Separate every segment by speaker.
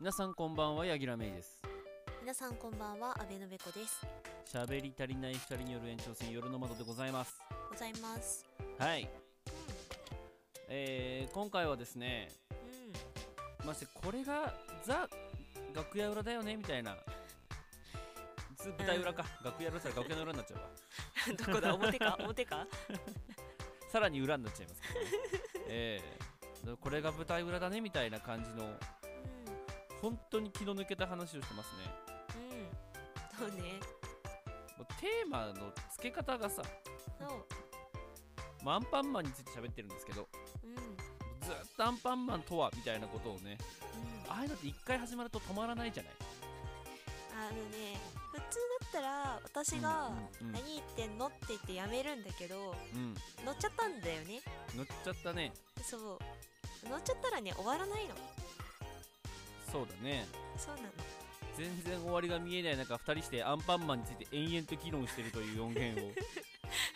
Speaker 1: 皆さんこんばんは柳楽芽衣です
Speaker 2: 皆さんこんばんは阿部のべこです
Speaker 1: 喋り足りない二人による延長戦夜の窓でございます
Speaker 2: ございます
Speaker 1: はいえー、今回はですね
Speaker 2: うん
Speaker 1: ましてこれがザ楽屋裏だよねみたいなず舞台裏か、楽屋裏だったら楽屋の裏になっちゃうわ
Speaker 2: どこだ表か表か
Speaker 1: さらに裏になっちゃいますけど ね、えーこれが舞台裏だねみたいな感じの
Speaker 2: う
Speaker 1: 本当に気の抜けた話をしてますね
Speaker 2: んうんそうね
Speaker 1: もうテーマの付け方がさ、
Speaker 2: そう
Speaker 1: まあアンパンマンについて喋ってるんですけど
Speaker 2: うん
Speaker 1: ずっとアンパンマンとはみたいなことをね
Speaker 2: うん
Speaker 1: ああいうのって一回始まると止まらないじゃない
Speaker 2: あのね普通だったら私が
Speaker 1: うんうんうん
Speaker 2: 何言ってんのって言ってやめるんだけど
Speaker 1: うん
Speaker 2: 乗っちゃったんだよね
Speaker 1: 乗っちゃったね
Speaker 2: そう乗っちゃったらね終わらないの
Speaker 1: そうだね
Speaker 2: そうなの
Speaker 1: 全然終わりが見えない中2人してアンパンマンについて延々と議論してるという音源を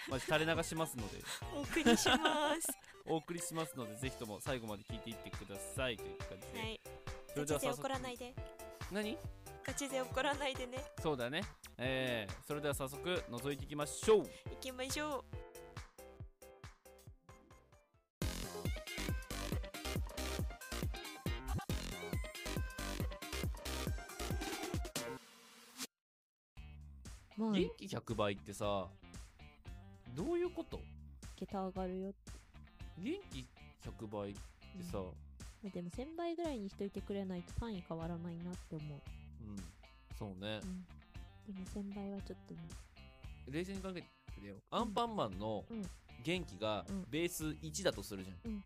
Speaker 1: まあ垂れ流しますので
Speaker 2: お送りします
Speaker 1: お送りしますのでぜひとも最後まで聞いていってくださいという感じで、
Speaker 2: はい
Speaker 1: そ
Speaker 2: ガ
Speaker 1: れで
Speaker 2: チ
Speaker 1: は
Speaker 2: で
Speaker 1: 早
Speaker 2: 怒
Speaker 1: 速
Speaker 2: らないで
Speaker 1: 何
Speaker 2: ガチで怒らないでね
Speaker 1: そうだねえー、それでは早速覗いていきましょう
Speaker 2: 行きましょう
Speaker 3: もう
Speaker 1: 元気100倍ってさどういうこと
Speaker 3: 桁上がるよっ
Speaker 1: 元気100倍ってさ、
Speaker 3: てでも1000倍ぐらいにしといてくれないと単位変わらないなって思う、
Speaker 1: うん、そうね
Speaker 3: う、ん、でも1000倍はちょっとね
Speaker 1: 冷静に考えてくれよアンパンマンの
Speaker 3: うん
Speaker 1: 元気が
Speaker 3: うん
Speaker 1: ベース1だとするじゃん、
Speaker 3: うん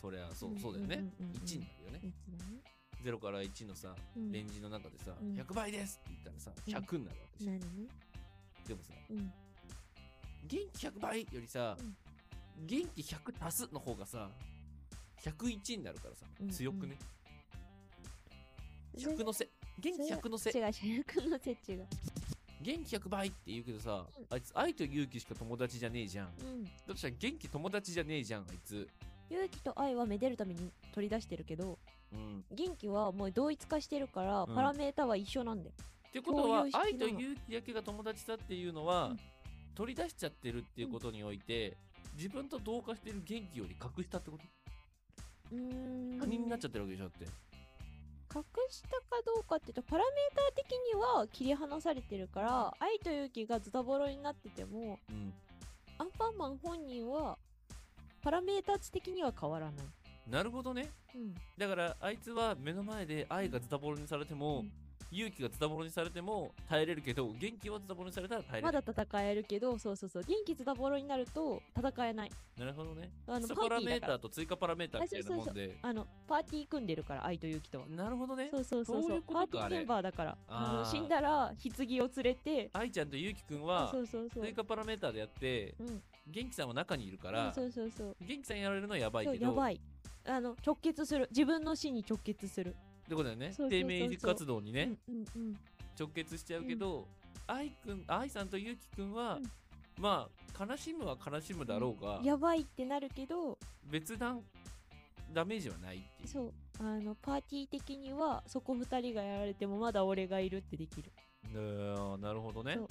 Speaker 1: そりゃそううんそうだよね、
Speaker 3: うんうんうん
Speaker 1: 1になるよね
Speaker 3: いつだね
Speaker 1: 0から1のさ
Speaker 3: うん
Speaker 1: レンジの中でさ、
Speaker 3: うん
Speaker 1: 100倍ですって言ったらさ
Speaker 3: うん
Speaker 1: 100になるわけじゃ、
Speaker 3: なんるね
Speaker 1: でもさ
Speaker 3: うん
Speaker 1: 元気100倍よりさ、元気100足すの方がさ101になるからさ
Speaker 3: うん
Speaker 1: 強くね、
Speaker 3: それ
Speaker 1: 100のせ元気100のせ
Speaker 3: 違う主役の設置が
Speaker 1: 元気100倍って言うけどさ、
Speaker 3: うん
Speaker 1: あいつ愛と勇気しか友達じゃねえじゃん
Speaker 3: うん
Speaker 1: だとしたら元気友達じゃねえじゃんあいつ
Speaker 3: 勇気と愛はめでるために取り出してるけど
Speaker 1: うん
Speaker 3: 元気はもう同一化してるから、
Speaker 1: うん
Speaker 3: パラメータは一緒なんだよ
Speaker 1: ってことは
Speaker 3: 共有式の
Speaker 1: 愛と勇気だけが友達だっていうのは、
Speaker 3: うん
Speaker 1: 取り出しちゃってるっていうことにおいて、自分と同化してる元気より隠したってこと
Speaker 3: うーん
Speaker 1: 他人になっち
Speaker 3: ゃ
Speaker 1: ゃってるわけでしょだって
Speaker 3: 隠したかどうかっていうとパラメーター的には切り離されてるから愛と勇気がズタボロになってても
Speaker 1: うん
Speaker 3: アンパンマン本人はパラメータ値的には変わらない。
Speaker 1: なるほどね
Speaker 3: うん。
Speaker 1: だからあいつは目の前で愛がズタボロにされても、
Speaker 3: うん
Speaker 1: 勇気がズタボロにされても耐えれるけど元気はズタボロにされたら耐えれ
Speaker 3: ま
Speaker 1: る、
Speaker 3: だ戦えるけど、そうそうそう。元気ズタボロになると戦えない。
Speaker 1: なるほどね
Speaker 3: あ
Speaker 1: 基
Speaker 3: の、
Speaker 1: 礎
Speaker 3: パ
Speaker 1: パ
Speaker 3: ーテ
Speaker 1: ラ
Speaker 3: ィー
Speaker 1: メ
Speaker 3: だ
Speaker 1: ー
Speaker 3: か
Speaker 1: ター
Speaker 3: ら。
Speaker 1: と追加パラメーターみたいなもんで
Speaker 3: ああの、パーティー組んでるから、愛と勇気とは。
Speaker 1: なるほどね
Speaker 3: そうそうそ
Speaker 1: そ
Speaker 3: う
Speaker 1: う
Speaker 3: そ
Speaker 1: いう
Speaker 3: う。
Speaker 1: ことか
Speaker 3: パーティーメンバーだから。
Speaker 1: あー
Speaker 3: あの死んだら、棺を連れて、
Speaker 1: 愛ちゃんとゆうきくんは
Speaker 3: そうそうそう。
Speaker 1: 追加パラメーターでやって
Speaker 3: うん。
Speaker 1: 元気さんは中にいるか
Speaker 3: う
Speaker 1: ら
Speaker 3: んそうそうそう。
Speaker 1: 元気さんやられるのはやばい
Speaker 3: そう
Speaker 1: け
Speaker 3: や
Speaker 1: ど
Speaker 3: ばい。あの、直結する。自分の死に直結する。
Speaker 1: ってことだよね
Speaker 3: そうそうそう
Speaker 1: 低迷活動にね
Speaker 3: うんうんうん。
Speaker 1: 直結しちゃうけど愛くん愛さんとゆうきくんは
Speaker 3: うん
Speaker 1: まあ悲しむは悲しむだろうが
Speaker 3: やばいってなるけど、
Speaker 1: 別段ダメージはないっていう
Speaker 3: そうあのパーティー的にはそこ2人がやられてもまだ俺がいるってできる
Speaker 1: なーなるほどね
Speaker 3: そう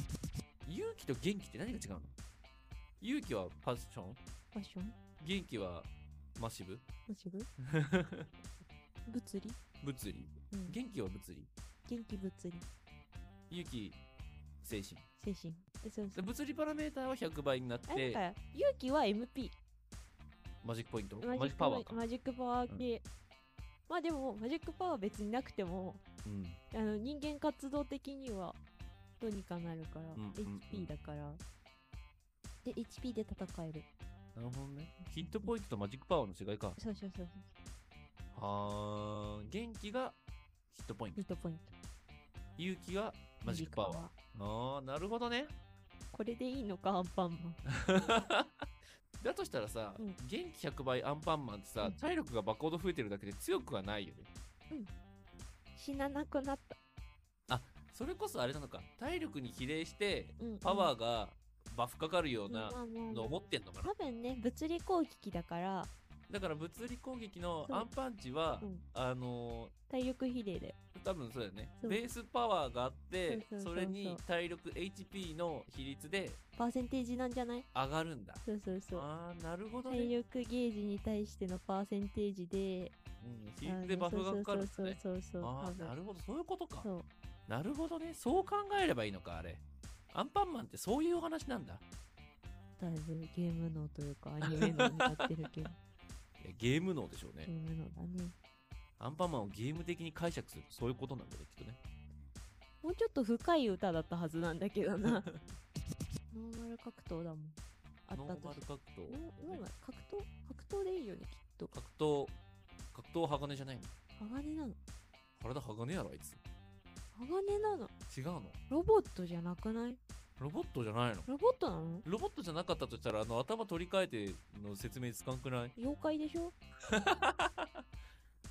Speaker 1: 勇気と元気って何が違うの勇気はパッション
Speaker 3: ファッション
Speaker 1: 元気はマシブ
Speaker 3: もしぐ 物理、
Speaker 1: 物理
Speaker 3: うん、
Speaker 1: 元気は物理
Speaker 3: 元気物理
Speaker 1: 勇気精神
Speaker 3: 精神えそうそ
Speaker 1: で
Speaker 3: う
Speaker 1: 物理パラメーターは100倍になっ
Speaker 3: あだ
Speaker 1: て
Speaker 3: から勇気は MP
Speaker 1: マジックポイントマ
Speaker 3: マ
Speaker 1: ジック
Speaker 3: ジック
Speaker 1: パワーか、
Speaker 3: マジックパワー系、まあでもマジックパワー別になくても
Speaker 1: うん、
Speaker 3: あの人間活動的にはどうにかなるから、
Speaker 1: んうんうん
Speaker 3: HP だからで HP で戦える
Speaker 1: なるほどねヒットポイントとマジックパワーの違いか
Speaker 3: そうそうそうそう
Speaker 1: はー元気がヒットポイント
Speaker 3: ヒットポイント
Speaker 1: 勇気がマジックパワー
Speaker 3: ー
Speaker 1: あーなるほどね
Speaker 3: これでいいのかアンパン マン
Speaker 1: だとしたらさ、
Speaker 3: うん
Speaker 1: 元気100倍アンパンマンってさ、
Speaker 3: うん
Speaker 1: 体力がバコード増えてるだけで強くはないよね
Speaker 3: 死ななくなった
Speaker 1: それこそあれなのか体力に比例して
Speaker 3: うん
Speaker 1: パワーがバフかかるような
Speaker 3: うんまあまあまあ
Speaker 1: のを持ってんのかな、
Speaker 3: 多分ね物理攻撃だから
Speaker 1: だから物理攻撃の
Speaker 3: そう
Speaker 1: アンパンチは、
Speaker 3: うん
Speaker 1: あの
Speaker 3: 体力比例で
Speaker 1: ー多分そうだよね
Speaker 3: そう
Speaker 1: ベースパワーがあって
Speaker 3: そうそうそうそう
Speaker 1: それに体力 HP の比率で
Speaker 3: パーセンテージなんじゃない
Speaker 1: 上がるんだ
Speaker 3: そうそうそう
Speaker 1: あーなるほどね、う
Speaker 3: 体
Speaker 1: ん、
Speaker 3: 力ゲージに対してのパーセンテージで
Speaker 1: 比率でバフがかかるんです
Speaker 3: そう
Speaker 1: ね
Speaker 3: そうそうそう
Speaker 1: あ
Speaker 3: 多
Speaker 1: あな
Speaker 3: 分
Speaker 1: るほどそういうことか
Speaker 3: そう
Speaker 1: なるほどねそう考えればいいのかあれアンパンマンってそういうお話なんだ
Speaker 3: だいぶゲーム脳という かアニメ脳になってるけど
Speaker 1: いやゲーム脳でしょうね、
Speaker 3: ゲーム脳だね
Speaker 1: アンパンマンをゲーム的に解釈するそういうことなんだねきっとね
Speaker 3: もうちょっと深い歌だったはずなんだけ どなノーマル格闘だもんあった
Speaker 1: ノ
Speaker 3: と
Speaker 1: ーマ
Speaker 3: して
Speaker 1: ル格闘、
Speaker 3: ノーノーマル格闘格闘でいいよねきっと
Speaker 1: 格闘格闘鋼じゃないの
Speaker 3: 鋼なの
Speaker 1: 体鋼やろあいつ
Speaker 3: 鋼なの
Speaker 1: 違うの
Speaker 3: ロボットじゃなくない
Speaker 1: ロボットじゃないの
Speaker 3: ロボットなの
Speaker 1: ロボットじゃなかったとしたらあの頭取り替えての説明つかんくない
Speaker 3: 妖怪でしょ、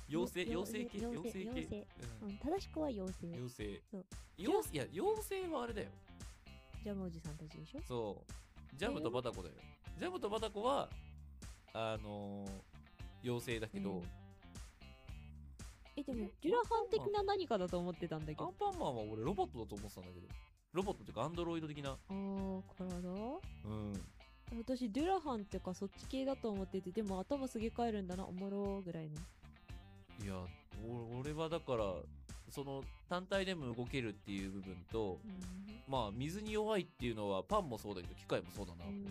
Speaker 1: 妖精
Speaker 3: よ
Speaker 1: 妖精系
Speaker 3: よ
Speaker 1: 妖精系
Speaker 3: 妖精
Speaker 1: う
Speaker 3: うんん、正しくは妖精
Speaker 1: 妖精
Speaker 3: そう
Speaker 1: 妖いや妖精はあれだよ
Speaker 3: ジャムおじさんたちでしょ
Speaker 1: そうジャムとバタコだよジャムとバタコはあのー妖精だけど、
Speaker 3: うんえでもジュラハン的な何かだと思ってたんだ
Speaker 1: ア
Speaker 3: け
Speaker 1: ン
Speaker 3: ど
Speaker 1: パンマンは俺ロボットだと思ってたんだけどロボットっていうかアンドロイド的な
Speaker 3: あー体
Speaker 1: うん
Speaker 3: 私デュラハンってかそっち系だと思っててでも頭すげ替えるんだなおもろーぐらいの
Speaker 1: いやお俺はだからその単体でも動けるっていう部分とまあ水に弱いっていうのはパンもそうだけど機械もそうだな、
Speaker 3: うん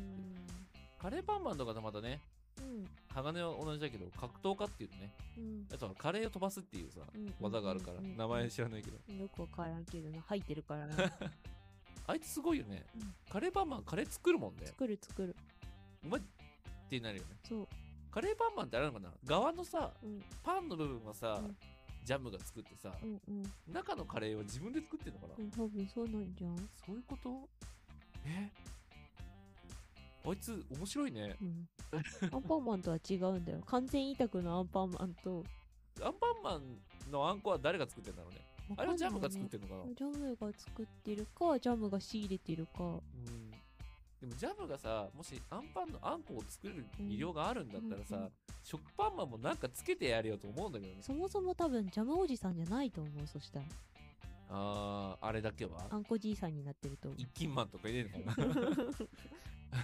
Speaker 1: カレーパンマンとかとまたね
Speaker 3: うん
Speaker 1: 鋼は同じだけど格闘家っていうとね
Speaker 3: うん
Speaker 1: あとはカレーを飛ばすっていうさ
Speaker 3: うん
Speaker 1: 技があるから
Speaker 3: うんうん
Speaker 1: 名前知らないけど
Speaker 3: よくわからんけどな入ってるから な
Speaker 1: あいつすごいよね、
Speaker 3: うん
Speaker 1: カレーパンマンカレー作るもんね
Speaker 3: 作る作る
Speaker 1: お前ってなるよね
Speaker 3: そう
Speaker 1: カレーパンマンってあれなのかな側のさ
Speaker 3: うん
Speaker 1: パンの部分はさ、
Speaker 3: うん
Speaker 1: ジャムが作ってさ、
Speaker 3: うんうん
Speaker 1: 中のカレーは自分で作ってんのかな、
Speaker 3: うん多分そうなんじゃん
Speaker 1: そういうことえあいつ面白いね
Speaker 3: うん アンパンマンとは違うんだよ完全委託のアンパンマンと
Speaker 1: アンパンマンのあんこは誰が作ってんだろうねあれはジャムが作ってんのかな、
Speaker 3: ジャムが作ってるかジャムが仕入れてるか
Speaker 1: うんでもジャムがさもしアンパンのあんこを作れる技量があるんだったらさ、
Speaker 3: うんうん
Speaker 1: 食パンマンもなんかつけてやれよと思うんだけどね
Speaker 3: そもそも多分ジャムおじさんじゃないと思うそしたら
Speaker 1: あーあれだけは
Speaker 3: あんこじいさんになってると思
Speaker 1: 一斤マンとか入れるのかな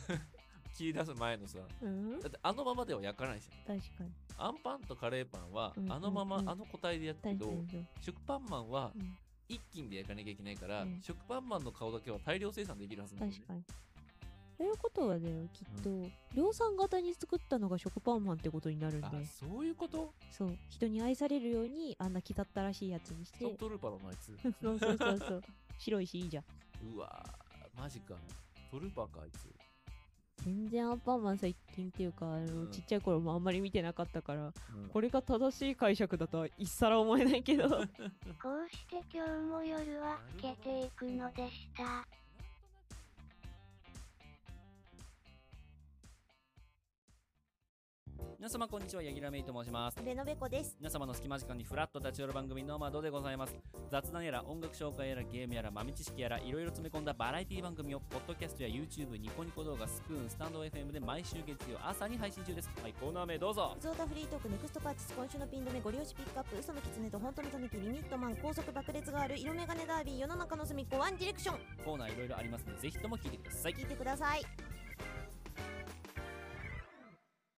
Speaker 1: 切り出す前のさだ
Speaker 3: う、うん、
Speaker 1: ってあのままでは焼かないじゃん
Speaker 3: 確かに
Speaker 1: アンパンとカレーパンは
Speaker 3: うんうんうん
Speaker 1: あのままあの個体でやったけ
Speaker 3: 確
Speaker 1: ど、
Speaker 3: かにそう
Speaker 1: 食パンマンは
Speaker 3: うん
Speaker 1: 一斤で焼かなきゃいけないから、
Speaker 3: うん
Speaker 1: 食パンマンの顔だけは大量生産できるはずなんだよ
Speaker 3: 確
Speaker 1: ね
Speaker 3: かに。ということはだよ、きっと、量産型に作ったのが食パンマンってことになるんだよ。
Speaker 1: あそういうこと
Speaker 3: そう。人に愛されるように、あんな気だったらしいやつにし
Speaker 1: ス
Speaker 3: て
Speaker 1: ト。ントルーパーのあい つ
Speaker 3: そうそうそうそう。 白いし、いいじゃん。
Speaker 1: うわーマジかトルーパーかあいつ
Speaker 3: 全然アンパンマン最近っていうか、あの
Speaker 1: うん
Speaker 3: ちっちゃい頃もあんまり見てなかったから、
Speaker 1: うん
Speaker 3: これが正しい解釈だとは一皿思えない けど。
Speaker 4: こうして今日も夜は更けていくのでした。
Speaker 1: 皆様こんにちはヤギラメイと申します
Speaker 2: ベノベコです。
Speaker 1: 皆様の隙間時間にフラッと立ち寄る番組の窓でございます雑談やら音楽紹介やらゲームやら豆知識やらいろいろ詰め込んだバラエティ番組をポッドキャストや YouTube ニコニコ動画スプーンスタンド FM で毎週月曜朝に配信中ですはいコーナー名どうぞ
Speaker 2: ゾータフリートークネクストパーチス今週のピン止めご利用しピックアップ嘘のキツネと本当のタヌキリミットマン高速爆裂がある色眼鏡ダービー世の中の隅っこワンディレクション
Speaker 1: コーナーいろいろありますのでぜひとも聞いてください
Speaker 2: 聞いてください